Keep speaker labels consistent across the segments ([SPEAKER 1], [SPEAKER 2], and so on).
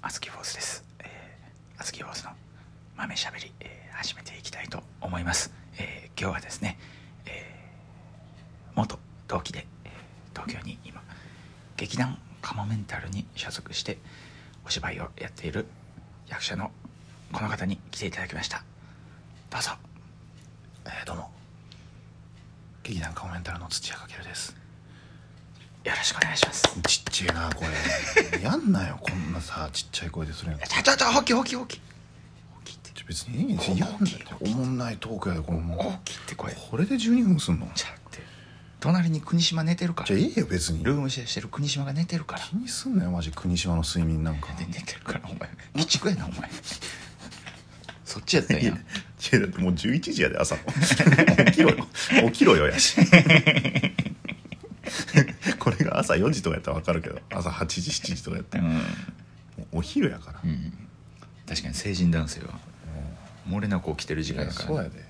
[SPEAKER 1] アスキーフォースです、えー、アスキーフォースの豆しゃべり、えー始めていきたいと思います、えー今日はですね、えー元同期で、えー東京に今劇団カモメンタルに所属してお芝居をやっている役者のこの方に来ていただきましたどうぞ
[SPEAKER 2] えー、どうも劇団カモメンタルの土屋かけるです
[SPEAKER 1] よろしくお願いします
[SPEAKER 2] ちっちゃいな声 やんなよこんなさちっちゃい声でするやんちょ
[SPEAKER 1] ちょちょちょほきほきほきほきって
[SPEAKER 2] 別にいいんですよやんなよおもんないトークやでこれもう
[SPEAKER 1] ほきって声
[SPEAKER 2] これで12分すんの
[SPEAKER 1] ちゃって隣に国島寝てるから
[SPEAKER 2] じゃあいいよ別に
[SPEAKER 1] ルームシェアしてる国島が寝てるから
[SPEAKER 2] 気にすんなよマジ国島の睡眠なんか
[SPEAKER 1] 寝寝てるからお前鬼畜やなお前そっちやったんや
[SPEAKER 2] 違うだってもう11時や で朝の起きろよ起きろよやし これが朝4時とかやったら分かるけど朝8時7時とかやった
[SPEAKER 1] う
[SPEAKER 2] ら
[SPEAKER 1] ん、
[SPEAKER 2] お昼やから、
[SPEAKER 1] うん、確かに成人男性は漏れなく起きてる時間やから、
[SPEAKER 2] そうやで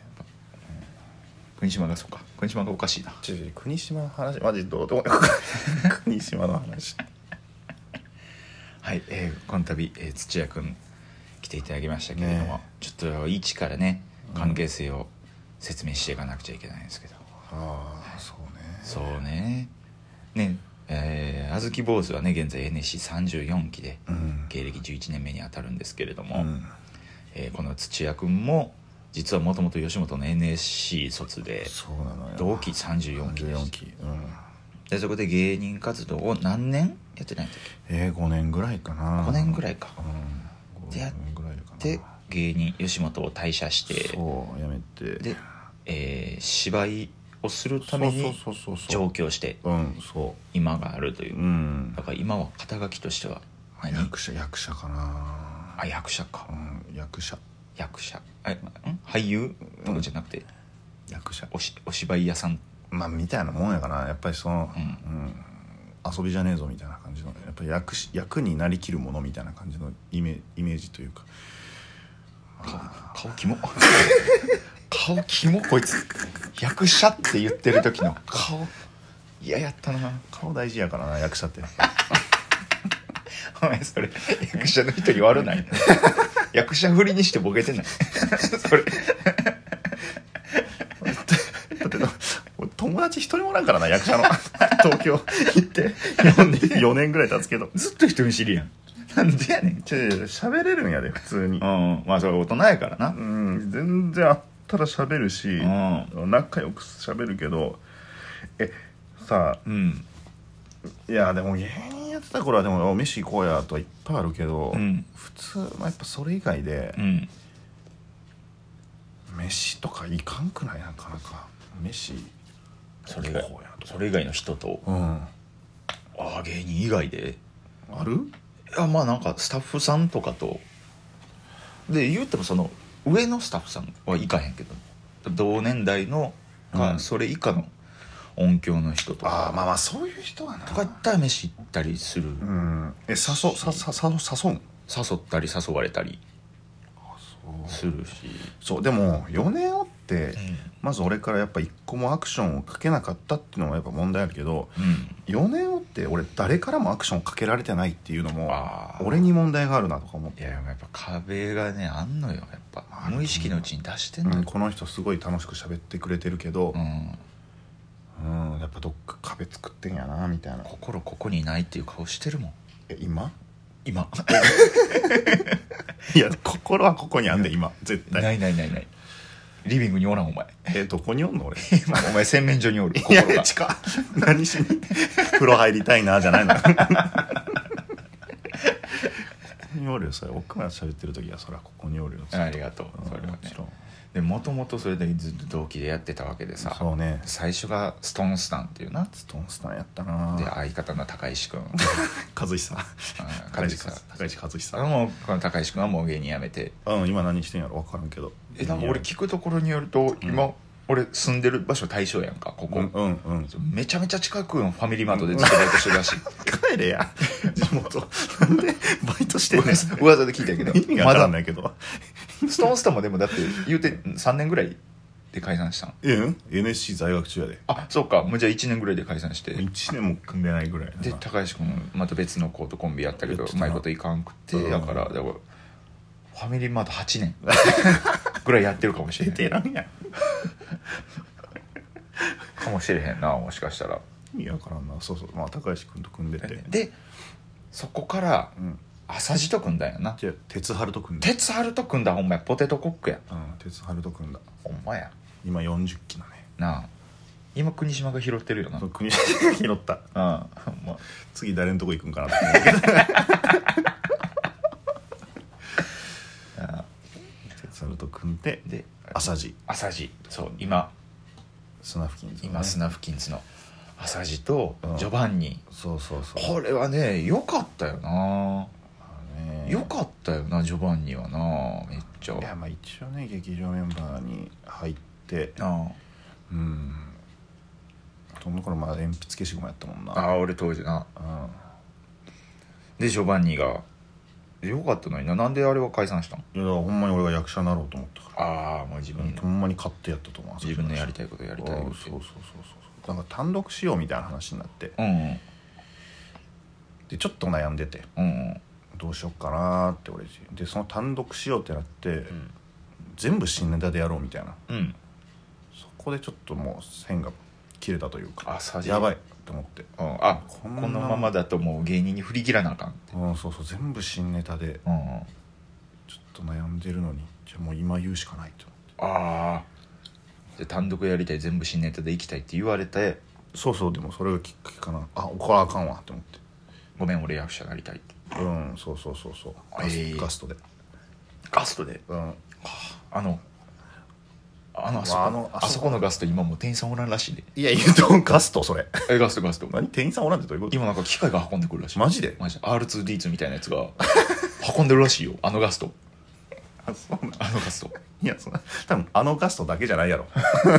[SPEAKER 1] 国島がそうか国島がおかしいな
[SPEAKER 2] ちょちょ国島の話マジどうでもよ く国島の話
[SPEAKER 1] はい、えーこの度、えー土屋君来ていただきましたけれども、
[SPEAKER 2] ね
[SPEAKER 1] ちょっと一からね関係性を説明していかなくちゃいけないんですけど、
[SPEAKER 2] ああそうね
[SPEAKER 1] そうねねえー、あずき坊主はね現在 NSC34 期で
[SPEAKER 2] うん
[SPEAKER 1] 芸歴11年目にあたるんですけれど
[SPEAKER 2] う
[SPEAKER 1] も、
[SPEAKER 2] ん
[SPEAKER 1] えーこの土屋君も実はもともと吉本の NSC 卒で
[SPEAKER 2] そうなのよ
[SPEAKER 1] 同期34期で
[SPEAKER 2] 44
[SPEAKER 1] す
[SPEAKER 2] 期うん
[SPEAKER 1] でそこで芸人活動を何年やってないんだっ
[SPEAKER 2] えー、5年ぐらいかな
[SPEAKER 1] け5年ぐらいか
[SPEAKER 2] うん
[SPEAKER 1] で
[SPEAKER 2] 5年ぐらいかな
[SPEAKER 1] で芸人吉本を退社して
[SPEAKER 2] そうやめて
[SPEAKER 1] で、えー芝居をするために
[SPEAKER 2] そうそうそうそう
[SPEAKER 1] 上京して
[SPEAKER 2] うんそ
[SPEAKER 1] 今があるというう
[SPEAKER 2] うん
[SPEAKER 1] だから今は肩書きとしては何
[SPEAKER 2] 役者役者かな
[SPEAKER 1] あ役者か
[SPEAKER 2] うん役者
[SPEAKER 1] 役者あん俳優とかじゃなくて
[SPEAKER 2] 役者
[SPEAKER 1] おしお芝居屋さん
[SPEAKER 2] まあみたいなもんやからやっぱりその、
[SPEAKER 1] うん
[SPEAKER 2] うん遊びじゃねえぞみたいな感じのやっぱり役し役になりきるものみたいな感じのイメイメージというか
[SPEAKER 1] 顔キモ 顔キモこいつ役者って言ってる時の顔嫌やったな
[SPEAKER 2] 顔大事やからな役者って
[SPEAKER 1] お前それ役者の人に悪ない 役者振りにしてボケてない それ
[SPEAKER 2] だってな俺友達一人もおらんからな役者の 東京行って4年四年ぐらい経つけど
[SPEAKER 1] ずっと人見知りやんなんでやねん
[SPEAKER 2] ちょちょちょ喋れるんやで普通に
[SPEAKER 1] うんまあそれ大人やからな
[SPEAKER 2] うん全然あったら喋るし
[SPEAKER 1] う
[SPEAKER 2] 仲良く喋るけどえさあ
[SPEAKER 1] うん
[SPEAKER 2] いやでも芸人やってた頃はでもお飯行こうやとはいっぱいあるけど、
[SPEAKER 1] うん
[SPEAKER 2] 普通、まあ、やっぱそれ以外で
[SPEAKER 1] うん
[SPEAKER 2] 飯とか行かんくないなかなか飯
[SPEAKER 1] それ以外
[SPEAKER 2] 行こうやと
[SPEAKER 1] それ以外の人と
[SPEAKER 2] うん
[SPEAKER 1] ああ芸人以外で
[SPEAKER 2] ある
[SPEAKER 1] いやまあなんかスタッフさんとかとで言うてもその上のスタッフさんは行かへんけど同年代のか、
[SPEAKER 2] うん
[SPEAKER 1] それ以下の音響の人と
[SPEAKER 2] ああ
[SPEAKER 1] か
[SPEAKER 2] まあまあそういう人はな
[SPEAKER 1] とか行ったら飯行ったりする、
[SPEAKER 2] うんえ誘さささ誘うん
[SPEAKER 1] 誘ったり誘われたり
[SPEAKER 2] そう
[SPEAKER 1] するし、
[SPEAKER 2] そうでも4年おって
[SPEAKER 1] うん
[SPEAKER 2] まず俺からやっぱ一個もアクションをかけなかったっていうのはやっぱ問題あるけど
[SPEAKER 1] うん、
[SPEAKER 2] 4年おって俺誰からもアクションをかけられてないっていうのも
[SPEAKER 1] あー
[SPEAKER 2] 俺に問題があるなとか思って
[SPEAKER 1] いややっぱ壁がねあんのよやっぱ
[SPEAKER 2] あると思う
[SPEAKER 1] 無意識のうちに出してんの
[SPEAKER 2] うん、
[SPEAKER 1] よ、
[SPEAKER 2] この人すごい楽しく喋ってくれてるけど
[SPEAKER 1] う、ん
[SPEAKER 2] うんやっぱどっか壁作ってんやなみたいな
[SPEAKER 1] 心ここにないっていう顔してるもん
[SPEAKER 2] え今
[SPEAKER 1] 今
[SPEAKER 2] いや心はここにあんで今絶 対
[SPEAKER 1] ないないないないリビングにおらんお前
[SPEAKER 2] えどこにおんの俺
[SPEAKER 1] お前洗面所におる
[SPEAKER 2] い
[SPEAKER 1] 心
[SPEAKER 2] や
[SPEAKER 1] が
[SPEAKER 2] 近っ何しに風呂入りたいなじゃないのここにおるよそれ奥村喋ってる時はそらここにおるよ
[SPEAKER 1] ありがとう
[SPEAKER 2] うん
[SPEAKER 1] それは
[SPEAKER 2] も
[SPEAKER 1] ね
[SPEAKER 2] ちろん
[SPEAKER 1] でもともとそれでずっと同期でやってたわけでさ
[SPEAKER 2] そうね
[SPEAKER 1] 最初がストーンスタンっていうな
[SPEAKER 2] ストーンスタンやった
[SPEAKER 1] で
[SPEAKER 2] な
[SPEAKER 1] 相方の高 石君うん和
[SPEAKER 2] 和久
[SPEAKER 1] 樹さん
[SPEAKER 2] 高市和
[SPEAKER 1] あ
[SPEAKER 2] 久
[SPEAKER 1] のこの高石君はもう芸人辞めて
[SPEAKER 2] うん今何してんやろ分からんけど
[SPEAKER 1] えなんか俺聞くところによると
[SPEAKER 2] ん
[SPEAKER 1] 今俺住んでる場所大正やんかここ、
[SPEAKER 2] うんうんうん
[SPEAKER 1] めちゃめちゃ近くのファミリーマートでずっとバイトしてるらしい
[SPEAKER 2] 帰れ や地元なんでバイト してんねん
[SPEAKER 1] 噂噂で聞いたけど
[SPEAKER 2] 意味が
[SPEAKER 1] ま
[SPEAKER 2] わから
[SPEAKER 1] だ
[SPEAKER 2] んないけど
[SPEAKER 1] ストーンスターもでもだって言うて3年ぐらいで解散したの
[SPEAKER 2] えうん NSC 在学中やで
[SPEAKER 1] あそうかもうじゃあ1年ぐらいで解散して
[SPEAKER 2] 1年も組んでないぐらい
[SPEAKER 1] で
[SPEAKER 2] な
[SPEAKER 1] 高橋君また別の子とコンビやったけど
[SPEAKER 2] やって
[SPEAKER 1] う
[SPEAKER 2] たな
[SPEAKER 1] まいこといかんくて
[SPEAKER 2] うん
[SPEAKER 1] だからだからファミリーマート8年 ぐらいやってるかもしれ
[SPEAKER 2] ベ
[SPEAKER 1] ない
[SPEAKER 2] テランや
[SPEAKER 1] かもしれへんなもしかしたら
[SPEAKER 2] ん意味わからんなそうそうまあ高橋君と組んでて
[SPEAKER 1] でそこから
[SPEAKER 2] うん
[SPEAKER 1] 朝地と組んだんやな
[SPEAKER 2] じゃあ鉄春と組んで
[SPEAKER 1] 鉄春と組んだほんまやポテトコックや
[SPEAKER 2] うん鉄春と組んだ
[SPEAKER 1] ほんまや
[SPEAKER 2] 今40期だね
[SPEAKER 1] なあ今国島が拾ってるよな
[SPEAKER 2] そう国 拾った
[SPEAKER 1] うんほんま
[SPEAKER 2] 次誰のとこ行くんかなと思うけ ど鉄春と組んで
[SPEAKER 1] で
[SPEAKER 2] 朝地
[SPEAKER 1] 朝地そう今
[SPEAKER 2] 砂付近
[SPEAKER 1] 今スナフキンズの朝地と
[SPEAKER 2] うん
[SPEAKER 1] ジョバンニ
[SPEAKER 2] そうそうそう
[SPEAKER 1] これはね良かったよな良かったよなジョバンニはなめっち
[SPEAKER 2] いや
[SPEAKER 1] ゃ
[SPEAKER 2] まあ一応ね劇場メンバーに入って
[SPEAKER 1] あ
[SPEAKER 2] うんその頃まだ鉛筆消しゴムやったもんな
[SPEAKER 1] あ俺当時な
[SPEAKER 2] うん
[SPEAKER 1] でジョバンニが良かったのにななんであれは解散したの
[SPEAKER 2] いやだからほんまに俺が役者になろうと思ったから、
[SPEAKER 1] ああもう自分
[SPEAKER 2] ほんまに買ってやったと思う
[SPEAKER 1] 自分のやりたいことや
[SPEAKER 2] や
[SPEAKER 1] りたい
[SPEAKER 2] そうそうそうそうなんか単独しようみたいな話になって
[SPEAKER 1] うん
[SPEAKER 2] でちょっと悩んでて
[SPEAKER 1] うん
[SPEAKER 2] どうしようかなーって俺自身でその単独しようってなって、全部新ネタでやろうみたいな
[SPEAKER 1] うん
[SPEAKER 2] そこでちょっともう線が切れたというか
[SPEAKER 1] あさじ
[SPEAKER 2] やばいと思って
[SPEAKER 1] うんあこ
[SPEAKER 2] こんな
[SPEAKER 1] のままだともう芸人に振り切らなあかんって
[SPEAKER 2] うんそうそう全部新ネタで
[SPEAKER 1] うんうん
[SPEAKER 2] ちょっと悩んでるのにじゃあもう今言うしかないと思って
[SPEAKER 1] ああじゃあ単独やりたい全部新ネタで行きたいって言われて
[SPEAKER 2] そうそうでもそれがきっかけかなあこれはあかんわって思って
[SPEAKER 1] ごめん俺役者になりたいって
[SPEAKER 2] うんそうそうそうそうガス,、
[SPEAKER 1] えー
[SPEAKER 2] ガストで
[SPEAKER 1] ガストで
[SPEAKER 2] うん
[SPEAKER 1] あのあのあそこ
[SPEAKER 2] あの
[SPEAKER 1] あそこのガスト今もう店員さんおらんらしいで
[SPEAKER 2] いや言うとガストそれ
[SPEAKER 1] えガストガスト
[SPEAKER 2] 何店員さんおらんってどういうこと
[SPEAKER 1] 今なんか機械が運んでくるらしい
[SPEAKER 2] マジで
[SPEAKER 1] マジ R2D2 みたいなやつが運んでるらしいよあのガスト
[SPEAKER 2] あそうなん
[SPEAKER 1] あのガスト
[SPEAKER 2] いやそんな多分あのガストだけじゃないやろ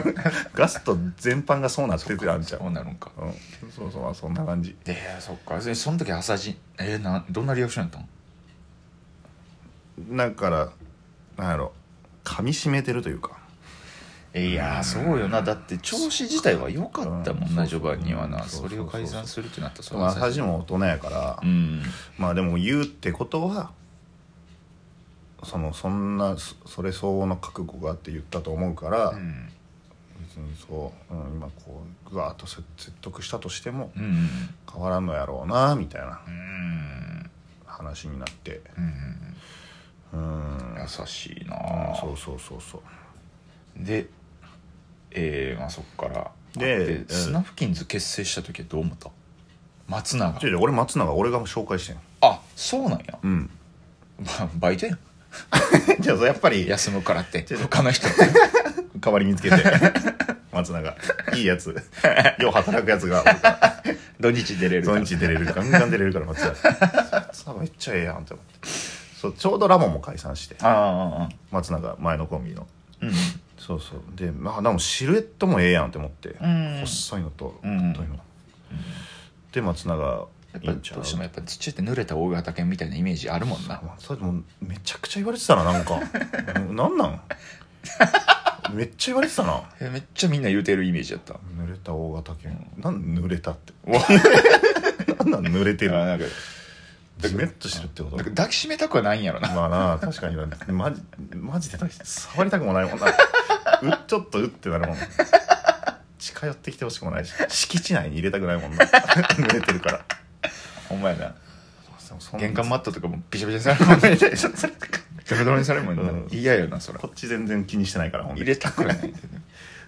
[SPEAKER 2] ガスト全般がそうなってるあんちゃう
[SPEAKER 1] そうなるんか
[SPEAKER 2] うんそうそうまあそんな感じ
[SPEAKER 1] でそっかでその時朝地えー、などんなリアクションやったの
[SPEAKER 2] だからなんやろ噛み締めてるというか
[SPEAKER 1] いやーそうよなだって調子自体は良かったもん
[SPEAKER 2] う
[SPEAKER 1] なんジョバンニはな
[SPEAKER 2] そう
[SPEAKER 1] そ
[SPEAKER 2] そうそう
[SPEAKER 1] れを改ざんするってなったらそれ
[SPEAKER 2] まあ
[SPEAKER 1] は最
[SPEAKER 2] 恥
[SPEAKER 1] 初
[SPEAKER 2] も大人やから、
[SPEAKER 1] うん
[SPEAKER 2] まあでも言うってことはそのそんなそそれ相応の覚悟があって言ったと思うから、
[SPEAKER 1] うん
[SPEAKER 2] 別にそう、うん、今こうぐわーっとせ説得したとしても
[SPEAKER 1] うん
[SPEAKER 2] 変わらんのやろうなみたいな
[SPEAKER 1] うん
[SPEAKER 2] 話になって
[SPEAKER 1] うん
[SPEAKER 2] うん
[SPEAKER 1] 優しいな
[SPEAKER 2] うん
[SPEAKER 1] あ
[SPEAKER 2] そうそうそうそう
[SPEAKER 1] でえー、まあそっから
[SPEAKER 2] でう
[SPEAKER 1] で
[SPEAKER 2] ん
[SPEAKER 1] スナフキンズ結成した時はどう思った松永
[SPEAKER 2] 違う違う俺松永俺が紹介してん
[SPEAKER 1] あそうなんや
[SPEAKER 2] うん
[SPEAKER 1] まあバイトやん
[SPEAKER 2] じゃあやっぱり
[SPEAKER 1] 休むからって
[SPEAKER 2] 違う
[SPEAKER 1] 他の人って
[SPEAKER 2] 代わり見 つけて松永いいやつよう働くやつが
[SPEAKER 1] 土日出れるか
[SPEAKER 2] 土
[SPEAKER 1] ら
[SPEAKER 2] 日出れるガンガン出れるから松 永さめっちゃええやんって思ってそうちょうどラモンも解散して
[SPEAKER 1] ああああ
[SPEAKER 2] 松永前のコンビの
[SPEAKER 1] うん
[SPEAKER 2] そうそうでまあでもシルエットもええやんって思って、
[SPEAKER 1] ん
[SPEAKER 2] 細いのと
[SPEAKER 1] うんうん
[SPEAKER 2] 太いの、で松永
[SPEAKER 1] やっ
[SPEAKER 2] いい
[SPEAKER 1] ぱ
[SPEAKER 2] んちゃ
[SPEAKER 1] ど
[SPEAKER 2] う
[SPEAKER 1] うしてもやっぱ土って濡れた大型犬みたいなイメージあるもんな
[SPEAKER 2] あそれでもめちゃくちゃ言われてたななんか うんなんなん めっちゃ言われてたな
[SPEAKER 1] えめっちゃみんな言うてるイメージだったあ
[SPEAKER 2] 濡れた大型犬なん濡れ たって
[SPEAKER 1] うわ
[SPEAKER 2] なんなん濡れてる
[SPEAKER 1] なんか
[SPEAKER 2] ジメッとしてるってこと
[SPEAKER 1] なんか抱きしめたくはないんやろな
[SPEAKER 2] まあなあ確かになマジマジで触りたくもないもんなうちょっとうってなるもん近寄ってきてほしくもないし敷地内に入れたくないもんな濡れてるから
[SPEAKER 1] ほんまやな
[SPEAKER 2] そん
[SPEAKER 1] 玄関マットとかもびしゃびしゃにされる もんねドロドロにされるもん
[SPEAKER 2] うん
[SPEAKER 1] ね嫌やなそら
[SPEAKER 2] こっち全然気にしてないからほん
[SPEAKER 1] 入
[SPEAKER 2] で
[SPEAKER 1] れたくはないんだよね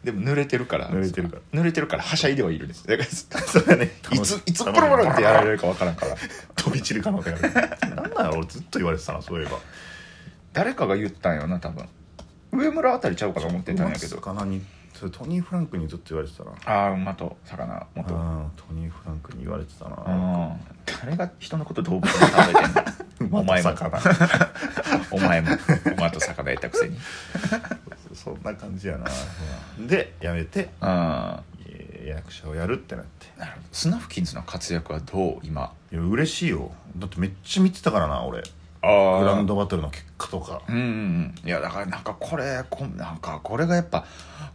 [SPEAKER 1] でも濡れてるから
[SPEAKER 2] 濡れてるから
[SPEAKER 1] 濡れてるからはしゃいではい るんですだから
[SPEAKER 2] それはね
[SPEAKER 1] いついつボロボロってやられるかわからんから
[SPEAKER 2] 飛び散る可能性があるなんなんやろ俺ずっと言われてたなそういえば
[SPEAKER 1] 誰かが言ったんよな多分上村あたりちゃうかと思ってたんやけど
[SPEAKER 2] 魚にそれトニー・フランクにずっと言われてたな
[SPEAKER 1] ああ馬と魚元うん
[SPEAKER 2] あトニー・フランクに言われてたな
[SPEAKER 1] 誰が人のこと動物に例えてんのお前も
[SPEAKER 2] また魚
[SPEAKER 1] お前もお前と魚やったくせに
[SPEAKER 2] そんな感じやなでやめて
[SPEAKER 1] あ
[SPEAKER 2] えー役者をやるってなって
[SPEAKER 1] あなるほどスナフキンズの活躍はどう今
[SPEAKER 2] いや嬉しいよだってめっちゃ見てたからな俺グラウン
[SPEAKER 1] ド
[SPEAKER 2] ドバトルの結果とか
[SPEAKER 1] うんうんうんいやだからなんかこれこんなんかこれがやっぱ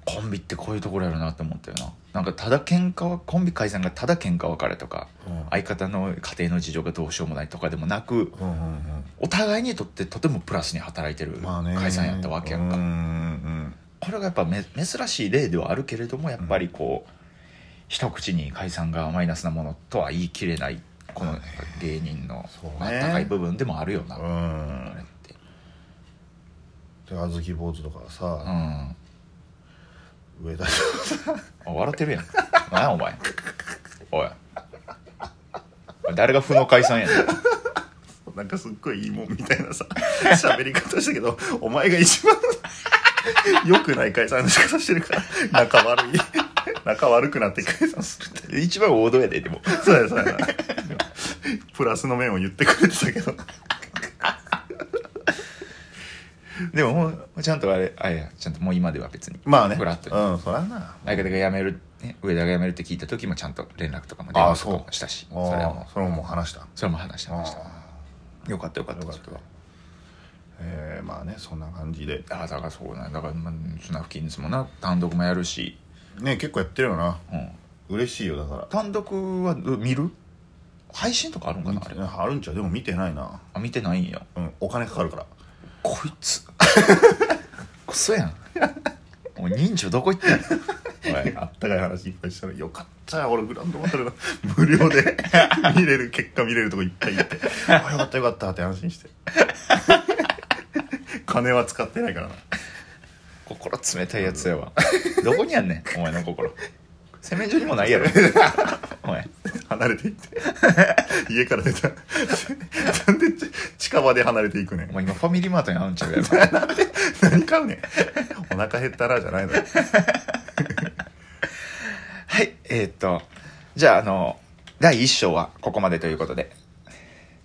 [SPEAKER 1] コンビってこういうところやるなって思ったよななんかただ喧嘩はコンビ解散がただ喧嘩別れとか
[SPEAKER 2] うん
[SPEAKER 1] 相方の家庭の事情がどうしようもないとかでもなく
[SPEAKER 2] うんうん
[SPEAKER 1] お互いにとってとてもプラスに働いてる
[SPEAKER 2] うんまあね
[SPEAKER 1] 解散やったわけやんか、
[SPEAKER 2] うんうん
[SPEAKER 1] これがやっぱめ珍しい例ではあるけれどもやっぱりこう、一口に解散がマイナスなものとは言い切れないこの芸人の
[SPEAKER 2] そうね
[SPEAKER 1] まあ温かい部分でもあるよな、
[SPEAKER 2] うんう
[SPEAKER 1] あれっ
[SPEAKER 2] ん
[SPEAKER 1] て
[SPEAKER 2] で小豆坊主とか
[SPEAKER 1] う
[SPEAKER 2] さ、
[SPEAKER 1] ん
[SPEAKER 2] 上田
[SPEAKER 1] あ笑ってるやん何やお前おい誰が負の解散やねん
[SPEAKER 2] なんかすっごいいいもんみたいなさ喋り方したけど お前が一番良くない解散の仕方してるから仲悪い仲悪くなって解散するって
[SPEAKER 1] 一番王道やででも
[SPEAKER 2] そうやそうやプラスの面を言ってくれてたけど
[SPEAKER 1] でももうちゃんとあれあいやちゃんともう今では別に
[SPEAKER 2] まあね
[SPEAKER 1] フラットに
[SPEAKER 2] うんそらな
[SPEAKER 1] 相方が辞める、ね、上田が辞めるって聞いた時もちゃんと連絡とかも電
[SPEAKER 2] ああ
[SPEAKER 1] 話と
[SPEAKER 2] そ
[SPEAKER 1] か
[SPEAKER 2] う
[SPEAKER 1] もしたしそ
[SPEAKER 2] ああ
[SPEAKER 1] れはもう
[SPEAKER 2] それももう話した
[SPEAKER 1] それも話してました
[SPEAKER 2] あ
[SPEAKER 1] よかったよかった
[SPEAKER 2] よかったえーまあねそんな感じで
[SPEAKER 1] ああだからそうなんだから、まあ、スナフキンズもな単独もやるし、
[SPEAKER 2] ね結構やってるよな
[SPEAKER 1] うん、
[SPEAKER 2] 嬉しいよだか
[SPEAKER 1] 単独はう見る配信とかあるんからなあれ
[SPEAKER 2] あるんちゃうでも見てないな
[SPEAKER 1] あ見てないんや
[SPEAKER 2] うんお金かかるから
[SPEAKER 1] こいつクソやんおい人情どこ行ってんのおい
[SPEAKER 2] あったかい話いっぱいしたらよかったよ俺グランドバ トルの無料で見れる結果見れるとこいっぱい行ってあよかったよかったって安 心して金は使ってないからな
[SPEAKER 1] 心冷たいやつやわどこにあんねんお前の心洗面所にもないやろお前
[SPEAKER 2] 離れていって 家から出た なんでち近場で離れていくね
[SPEAKER 1] お
[SPEAKER 2] ん
[SPEAKER 1] 前今ファミリーマートに会うんちゃうやろ
[SPEAKER 2] 何買うねんお腹減ったなじゃないのよ
[SPEAKER 1] はい、えーっと、じゃあ、あの、第1章はここまでということで、